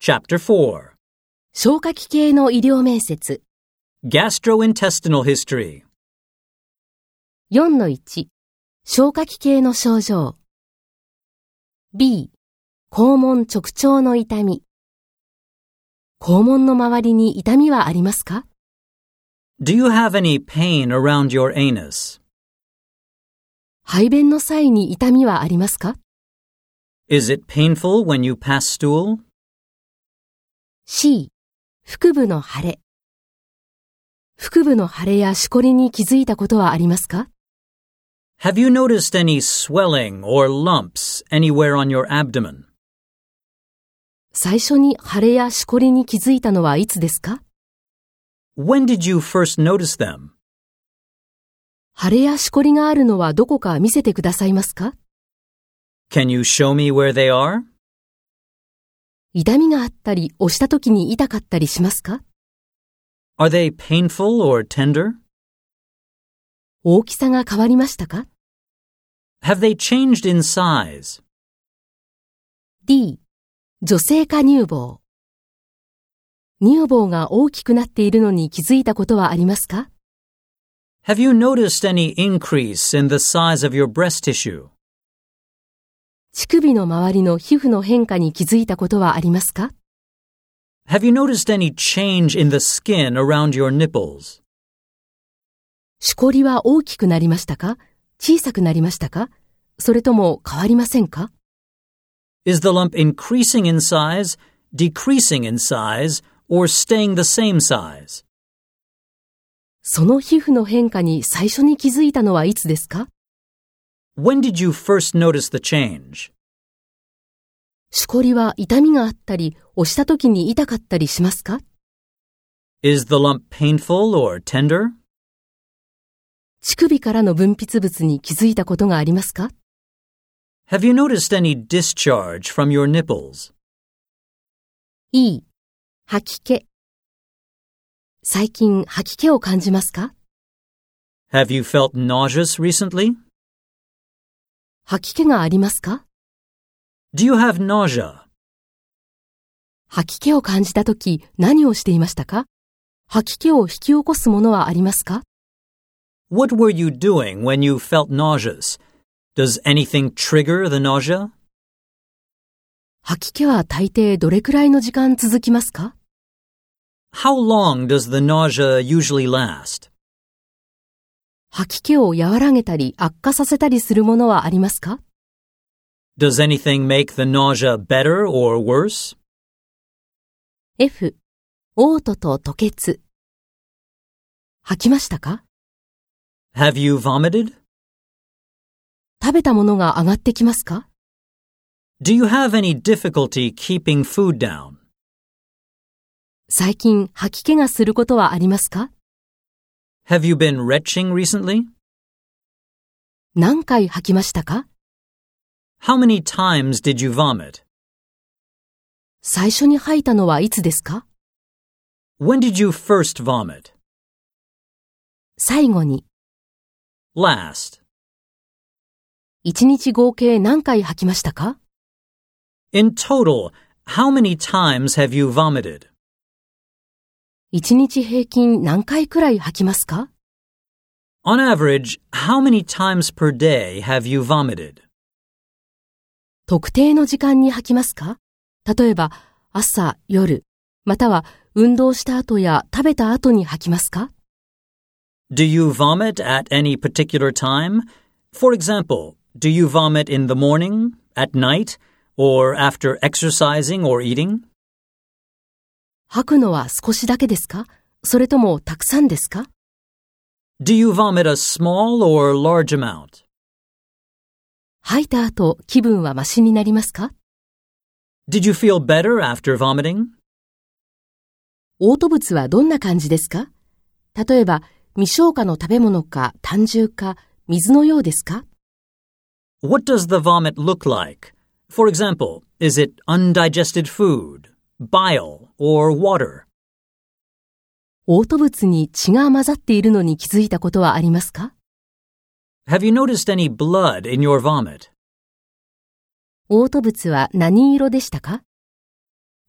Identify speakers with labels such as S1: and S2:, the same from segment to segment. S1: Chapter 4
S2: 消化器系の医療面接
S1: Gastrointestinal History
S2: 4-1消化器系の症状 B 肛門直腸の痛み肛門の周りに痛みはありますか
S1: Do you have any pain around your anus?
S2: 排便の際に痛みはありますか
S1: Is it painful when you pass stool?
S2: C 腹部の腫れ腹部の腫れやしこりに気づいたことはありますか
S1: Have you noticed any swelling or lumps anywhere on your abdomen?
S2: 最初に腫れやしこりに気づいたのはいつですか
S1: When did you first notice them?
S2: 腫れやしこりがあるのはどこか見せてくださいますか
S1: Can you show me where they are?
S2: 痛みがあったり押した時に痛かったりしますか
S1: Are they painful or tender?
S2: 大きさが変わりましたか
S1: Have they changed in size?
S2: ?D、女性化乳房。乳房が大きくなっているのに気づいたことはありますか
S1: Have you noticed any increase in the size of your breast tissue?
S2: 乳首の周りの皮膚の変化に気づいたことはありますか
S1: Have you noticed any change in the skin around your nipples?
S2: しこりは大きくなりましたか小さくなりましたかそれとも変わりませんか
S1: Is the lump increasing in size, decreasing in size, or staying the same size?
S2: その皮膚の変化に最初に気づいたのはいつですか
S1: When did you first notice the change?
S2: しこりは痛みがあったり押した時に痛かったりしますか
S1: Is the lump painful or tender?
S2: 乳首からの分泌物に気づいたことがありますか
S1: Have you noticed any discharge from your nipples?
S2: E、吐き気。最近吐き気を感じますか
S1: Have you felt nauseous recently?
S2: 吐き気がありますか
S1: Do you have nausea?
S2: 吐き気を感じたとき何をしていましたか吐き気を引き起こすものはありますか
S1: What were you doing when you felt nauseous? Does anything trigger the nausea?
S2: 吐き気は大抵どれくらいの時間続きますか
S1: How long does the nausea usually last?
S2: 吐き気を和らげたり悪化させたりするものはありますか
S1: Does anything make the nausea better or worse?
S2: ?F、嘔吐と吐血。吐きましたか
S1: Have you vomited?
S2: 食べたものが上がってきますか
S1: Do you have any difficulty keeping food down?
S2: 最近吐き気がすることはありますか
S1: Have you been retching recently?
S2: 何回吐きましたか
S1: How many times did you vomit?
S2: 最初に吐いたのはいつですか
S1: When did you first vomit?
S2: 最後に、
S1: Last.
S2: 1日合計何回吐きましたか
S1: In total, how many times have you vomited?
S2: 1日平均何回くらい吐きますか
S1: On average, how many times per day have you vomited?
S2: 特定の時間に吐きますか例えば、朝、夜、または運動した後や食べた後に吐きますか
S1: Do you vomit at any particular time? For example, do you vomit in the morning, at night, or after exercising or eating?
S2: 吐くのは少しだけですかそれともたくさんですか
S1: Do you vomit a small or large amount?
S2: 吐いた後気分はマシになりますか
S1: Did you feel better after vomiting?
S2: 嘔吐物はどんな感じですか例えば、未消化の食べ物か単純か水のようですか
S1: What does the vomit look like? For example, is it undigested food, bile, or water?
S2: 嘔吐物に血が混ざっているのに気づいたことはありますか
S1: Have you noticed any blood in your vomit?
S2: 嘔吐物は何色でしたか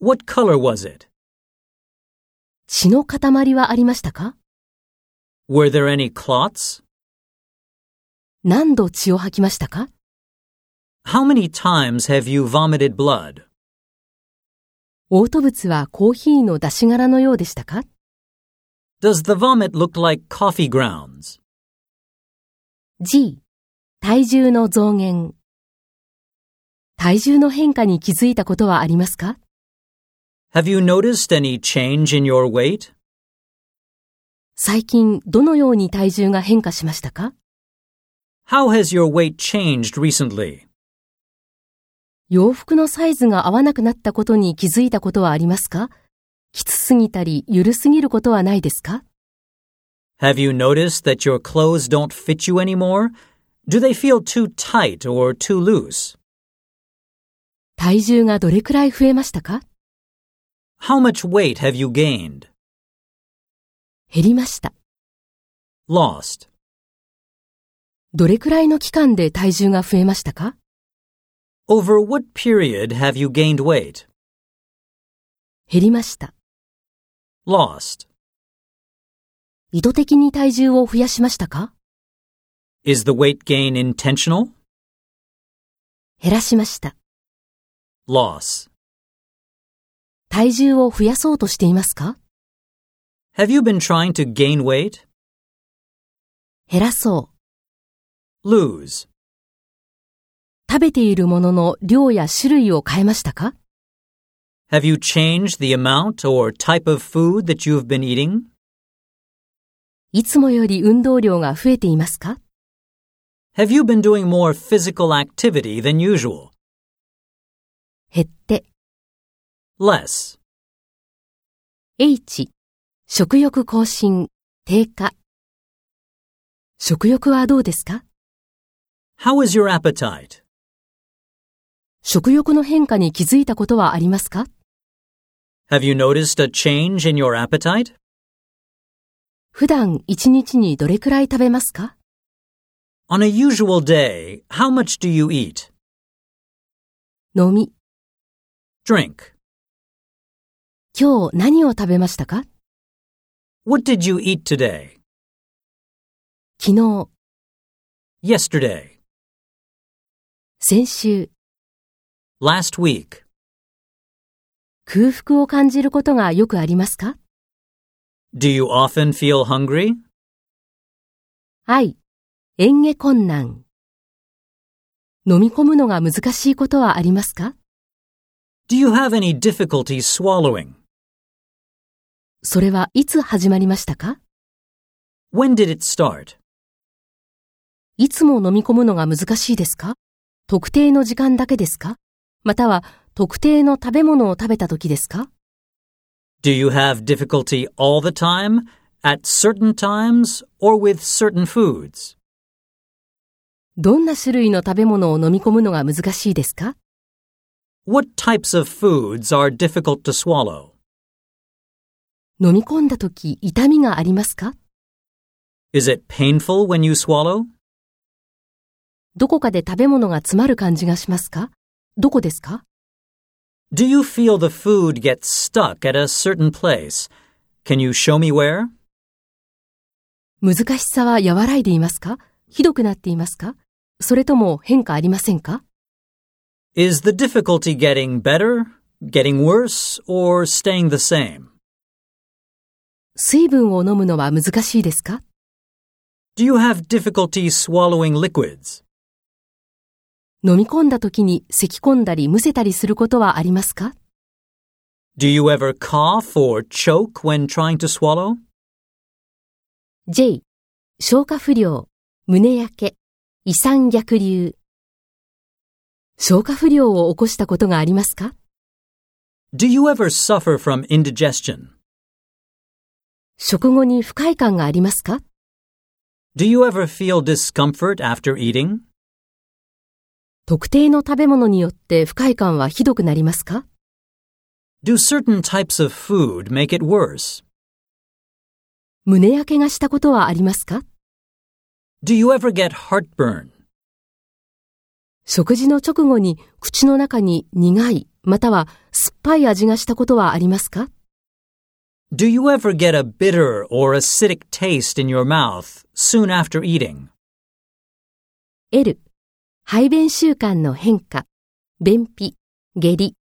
S1: What color was it?
S2: 血の塊はありましたか
S1: Were there any clots?
S2: 何度血を吐きましたか
S1: How many times have you vomited blood?
S2: 嘔吐物はコーヒーの出し殻のようでしたか
S1: Does the vomit look like coffee grounds?
S2: ?G、体重の増減。体重の変化に気づいたことはありますか
S1: Have you noticed any change in your weight?
S2: 最近どのように体重が変化しましたか
S1: How has your weight changed recently?
S2: 洋服のサイズが合わなくなったことに気づいたことはありますかきつすぎたり、ゆるすぎることはないですか
S1: Have you noticed that your clothes don't fit you anymore? Do they feel too tight or too loose?
S2: 体重がどれくらい増えましたか
S1: How much weight have you gained?
S2: 減りました。
S1: Lost.
S2: どれくらいの期間で体重が増えましたか
S1: Over what period have you gained weight?
S2: 減りました。
S1: Lost.
S2: 意図的に体重を増やしましたか
S1: Is the weight gain intentional?
S2: 減らしました。
S1: Loss.
S2: 体重を増やそうとしていますか
S1: Have you been trying to gain weight?
S2: 減らそう。
S1: Lose.
S2: 食べているものの量や種類を変えましたか
S1: Have you changed the amount or type of food that you've been eating?
S2: いつもより運動量が増えていますか
S1: Have you been doing more physical activity than usual?
S2: 減って。
S1: Less.
S2: H、食欲更新、低下。食欲はどうですか
S1: How is your appetite?
S2: 食欲の変化に気づいたことはありますか
S1: Have you noticed a change in your appetite?
S2: 普段一日にどれくらい食べますか
S1: On a usual day, how much do you eat?
S2: 飲み。
S1: Drink.
S2: 今日何を食べましたか
S1: What did you eat today?
S2: 昨日、
S1: Yesterday.
S2: 先週、
S1: Last week.
S2: 空腹を感じることがよくありますか
S1: Do you often feel hungry?
S2: ?I、演下困難。飲み込むのが難しいことはありますか
S1: Do you have any difficulty swallowing?
S2: それはいつ始まりましたか
S1: When did it start?
S2: いつも飲み込むのが難しいですか特定の時間だけですかまたは特定の食べ物を食べた時ですか
S1: Do you have difficulty all the time, at certain times, or with certain foods?
S2: どんな種類の食べ物を飲み込むのが難しいですか
S1: What types of foods are difficult to swallow?
S2: 飲み込んだ時痛みがありますか
S1: Is it painful when you swallow?
S2: どこかで食べ物が詰まる感じがしますかどこですか
S1: Do you feel the food gets stuck at a certain place? Can you show me where?
S2: 難しさは和らいでいますかひどくなっていますかそれとも変化ありませんか
S1: Is the difficulty getting better, getting worse, or staying the same?
S2: 水分を飲むのは難しいですか
S1: Do you have difficulty swallowing liquids?
S2: 飲み込んだ時に咳き込んだりむせたりすることはありますか
S1: Do you ever cough or choke when trying to swallow?
S2: J、消化不良、胸焼け、胃酸逆流。消化不良を起こしたことがありますか
S1: Do you ever suffer from indigestion?
S2: 食後に不快感がありますか
S1: Do you ever feel discomfort after eating?
S2: 特定の食べ物によって不快感はひどくなりますか
S1: Do certain types of food make it worse?
S2: 胸焼けがしたことはありますか
S1: Do you ever get heartburn?
S2: 食事の直後に口の中に苦いまたは酸っぱい味がしたことはありますか
S1: Do you ever get a bitter or acidic taste in your mouth soon after eating?
S2: ?L、排便習慣の変化、便秘、下痢。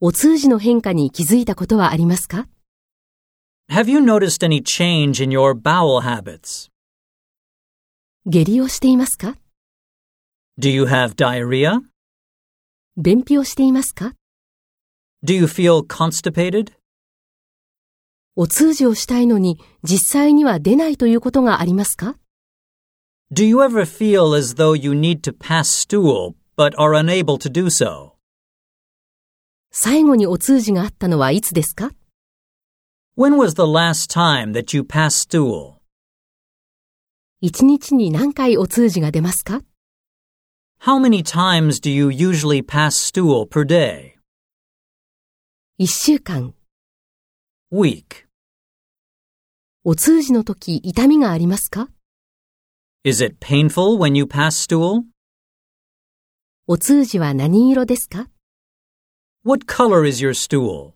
S2: お通じの変化に気づいたことはありますか
S1: Have you noticed any change in your bowel habits?
S2: 下痢をしていますか
S1: Do you have diarrhea?
S2: 便秘をしていますか
S1: Do you feel constipated?
S2: お通じをしたいのに実際には出ないということがありますか
S1: Do you ever feel as though you need to pass stool but are unable to do so?
S2: 最後にお通じがあったのはいつですか
S1: When was the last time that you passed stool?
S2: 一日に何回お通じが出ますか
S1: How many times do you usually pass stool per day?
S2: 一週間、
S1: Week.
S2: お通じの時痛みがありますか
S1: Is it painful when you pass stool?
S2: お通じは何色ですか
S1: What color is your stool?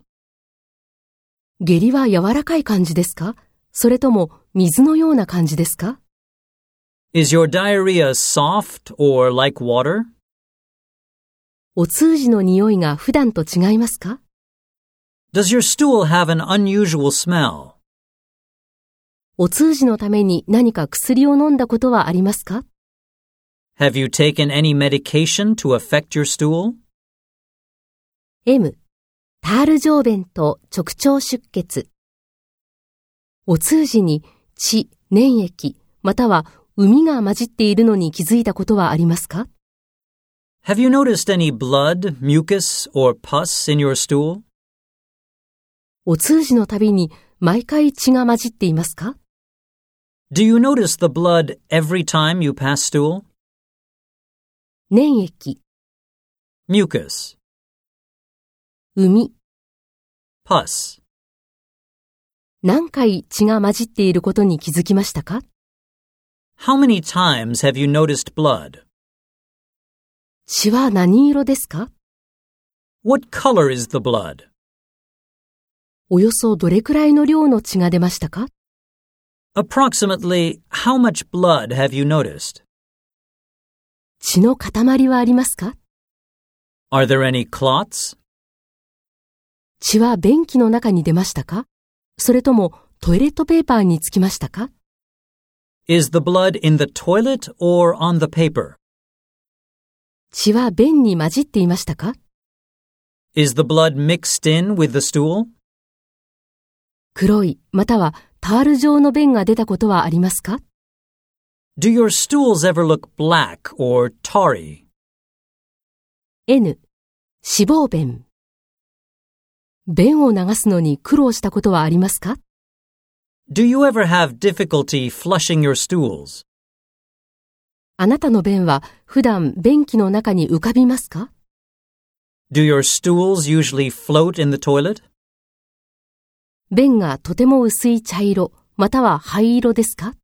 S2: 下痢は柔らかい感じですかそれとも水のような感じですか
S1: Is your diarrhea soft or like water?
S2: お通じの匂いが普段と違いますか
S1: Does your stool have an unusual smell?
S2: お通じのために何か薬を飲んだことはありますか
S1: Have you taken any medication to affect your stool?
S2: ?M、タール上弁と直腸出血。お通じに血、粘液、または膿が混じっているのに気づいたことはありますか
S1: Have you noticed any blood, mucus, or pus in your stool?
S2: お通じのたびに毎回血が混じっていますか
S1: Do you notice the blood every time you pass stool?
S2: 粘液、
S1: Mucus,
S2: 膿、
S1: pus.
S2: 何回血が混じっていることに気づきましたか
S1: How many times have you noticed blood?
S2: 血は何色ですか
S1: What color is the blood?
S2: およそどれくらいの量の血が出ましたか
S1: Approximately how much blood have you noticed?
S2: 血の塊はありますか
S1: Are there any clots?
S2: 血は便器の中に出ましたかそれともトイレットペーパーにつきましたか
S1: Is the blood in the toilet or on the paper?
S2: 血は便に混じっていましたか
S1: Is the blood mixed in with the stool?
S2: 黒いまたはタール状の便が出たことはありますか
S1: Do your stools ever look black or tarry?
S2: ?N 脂肪便便を流すのに苦労したことはありますか
S1: Do you ever have difficulty flushing your stools?
S2: あなたの便は普段便器の中に浮かびますか
S1: Do your stools usually float in the toilet?
S2: 便がとても薄い茶色または灰色ですか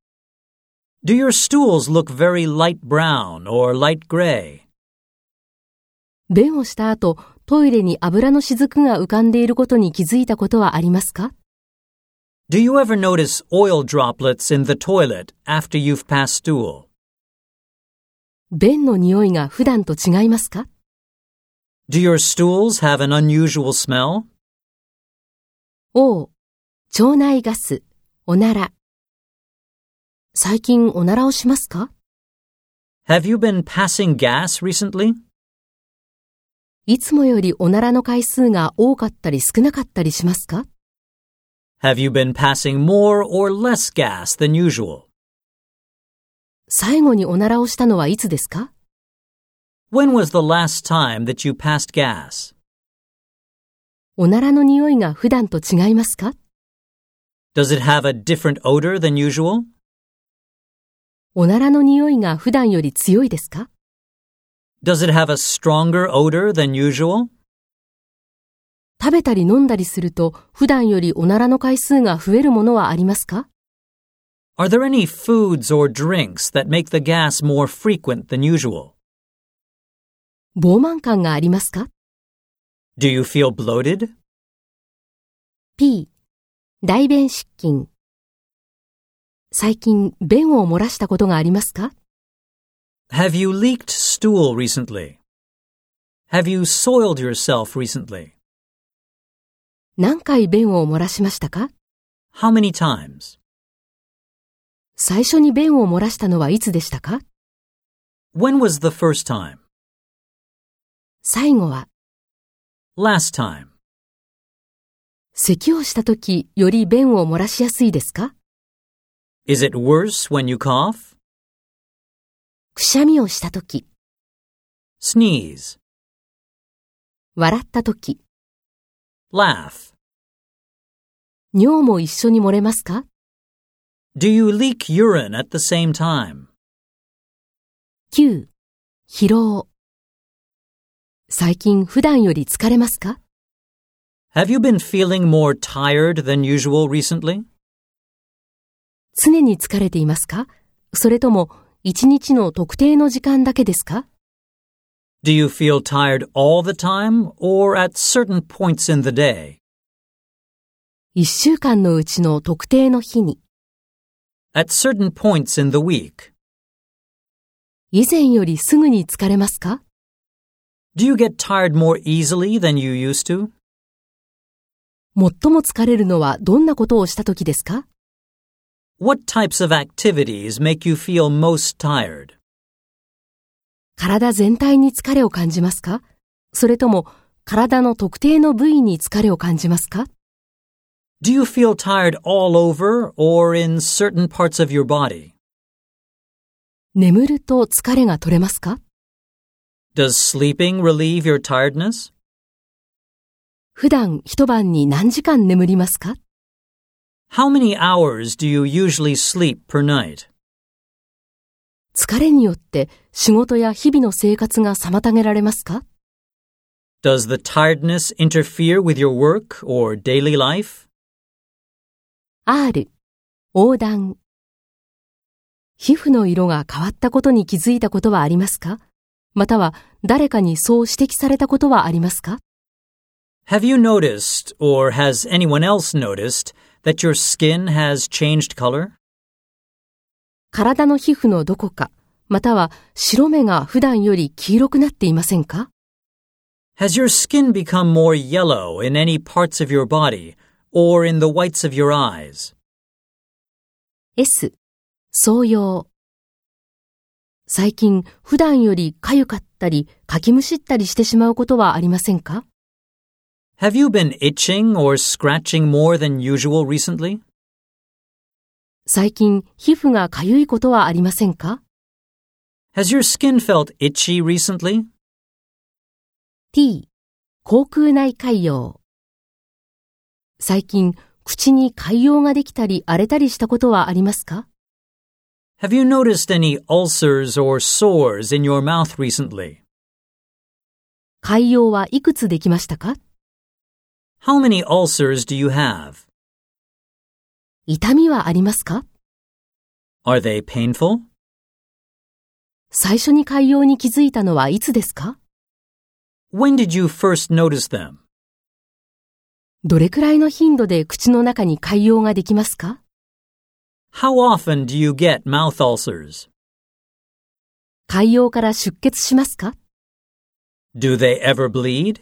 S1: Do your stools look very light brown or light gray?
S2: 便をした後、トイレに油の雫が浮かんでいることに気づいたことはありますか
S1: Do you ever notice oil droplets in the toilet after you've passed stool?
S2: 便の匂いが普段と違いますか
S1: Do your stools have an unusual smell?
S2: ?O、腸内ガス、おなら。最近おならをしますか
S1: Have you been passing gas recently?
S2: いつもよりおならの回数が多かったり少なかったりしますか
S1: Have you been passing more or less gas than usual?
S2: 最後におならをしたのはいつですか
S1: When was the last time that you passed gas?
S2: おならの匂いが普段と違いますか
S1: Does it have a different odor than usual?
S2: おならの匂いが普段より強いですか
S1: Does it have a stronger odor than usual?
S2: 食べたり飲んだりすると普段よりおならの回数が増えるものはありますか
S1: Are there any foods or drinks that make the gas more frequent than usual?
S2: 傲慢感がありますか
S1: Do you feel bloated?
S2: ?P、大便失禁。最近、便を漏らしたことがありますか
S1: Have you leaked stool recently? Have you soiled yourself recently?
S2: 何回便を漏らしましたか
S1: How many times?
S2: 最初に便を漏らしたのはいつでしたか
S1: When was the first time?
S2: 最後は、
S1: Last time?
S2: 咳をした時より便を漏らしやすいですか
S1: Is it worse when you cough?
S2: くしゃみをした時
S1: Sneeze?
S2: 笑った時
S1: Laugh?
S2: 尿も一緒に漏れますか
S1: Do you leak urine at the same time?
S2: 9、疲労。最近普段より疲れますか
S1: Have you been feeling more tired than usual recently?
S2: 常に疲れていますかそれとも、一日の特定の時間だけですか
S1: Do you feel tired all the time or at certain points in the day?
S2: 一週間のうちの特定の日に、
S1: At certain points in the week?
S2: 以前よりすぐに疲れますか
S1: Do you get tired more easily than you used to?
S2: 最も疲れるのはどんなことをした時ですか
S1: What types of activities make you feel most tired?
S2: 体全体に疲れを感じますかそれとも、体の特定の部位に疲れを感じますか
S1: Do you feel tired all over or in certain parts of your body?
S2: 眠ると疲れが取れますか
S1: Does sleeping relieve your tiredness?
S2: 普段一晩に何時間眠りますか
S1: How many hours do you usually sleep per night?
S2: 疲れによって仕事や日々の生活が妨げられますか
S1: Does the tiredness interfere with your work or daily life?
S2: ?R、横断。皮膚の色が変わったことに気づいたことはありますかまたは誰かにそう指摘されたことはありますか
S1: Have you noticed, or has anyone else noticed, that your skin has changed color?
S2: 体の皮膚のどこか、または白目が普段より黄色くなっていませんか
S1: Has your skin become more yellow in any parts of your body or in the whites of your eyes?
S2: S、創用。最近、普段より痒かったり、かきむしったりしてしまうことはありませんか
S1: Have you been itching or scratching more than usual recently?
S2: 最近、皮膚が痒いことはありませんか
S1: Has your skin felt itchy recently?
S2: ?t、口腔内潰瘍。最近、口に潰瘍ができたり荒れたりしたことはありますか
S1: Have you noticed any ulcers or sores in your mouth recently?
S2: 潰瘍はいくつできましたか
S1: How many ulcers do you have?
S2: 痛みはありますか
S1: Are they painful?
S2: 最初に潰瘍に気づいたのはいつですか
S1: When did you first notice them?
S2: どれくらいの頻度で口の中に潰瘍ができますか
S1: How often do you get mouth ulcers?
S2: 潰瘍から出血しますか
S1: Do they ever bleed?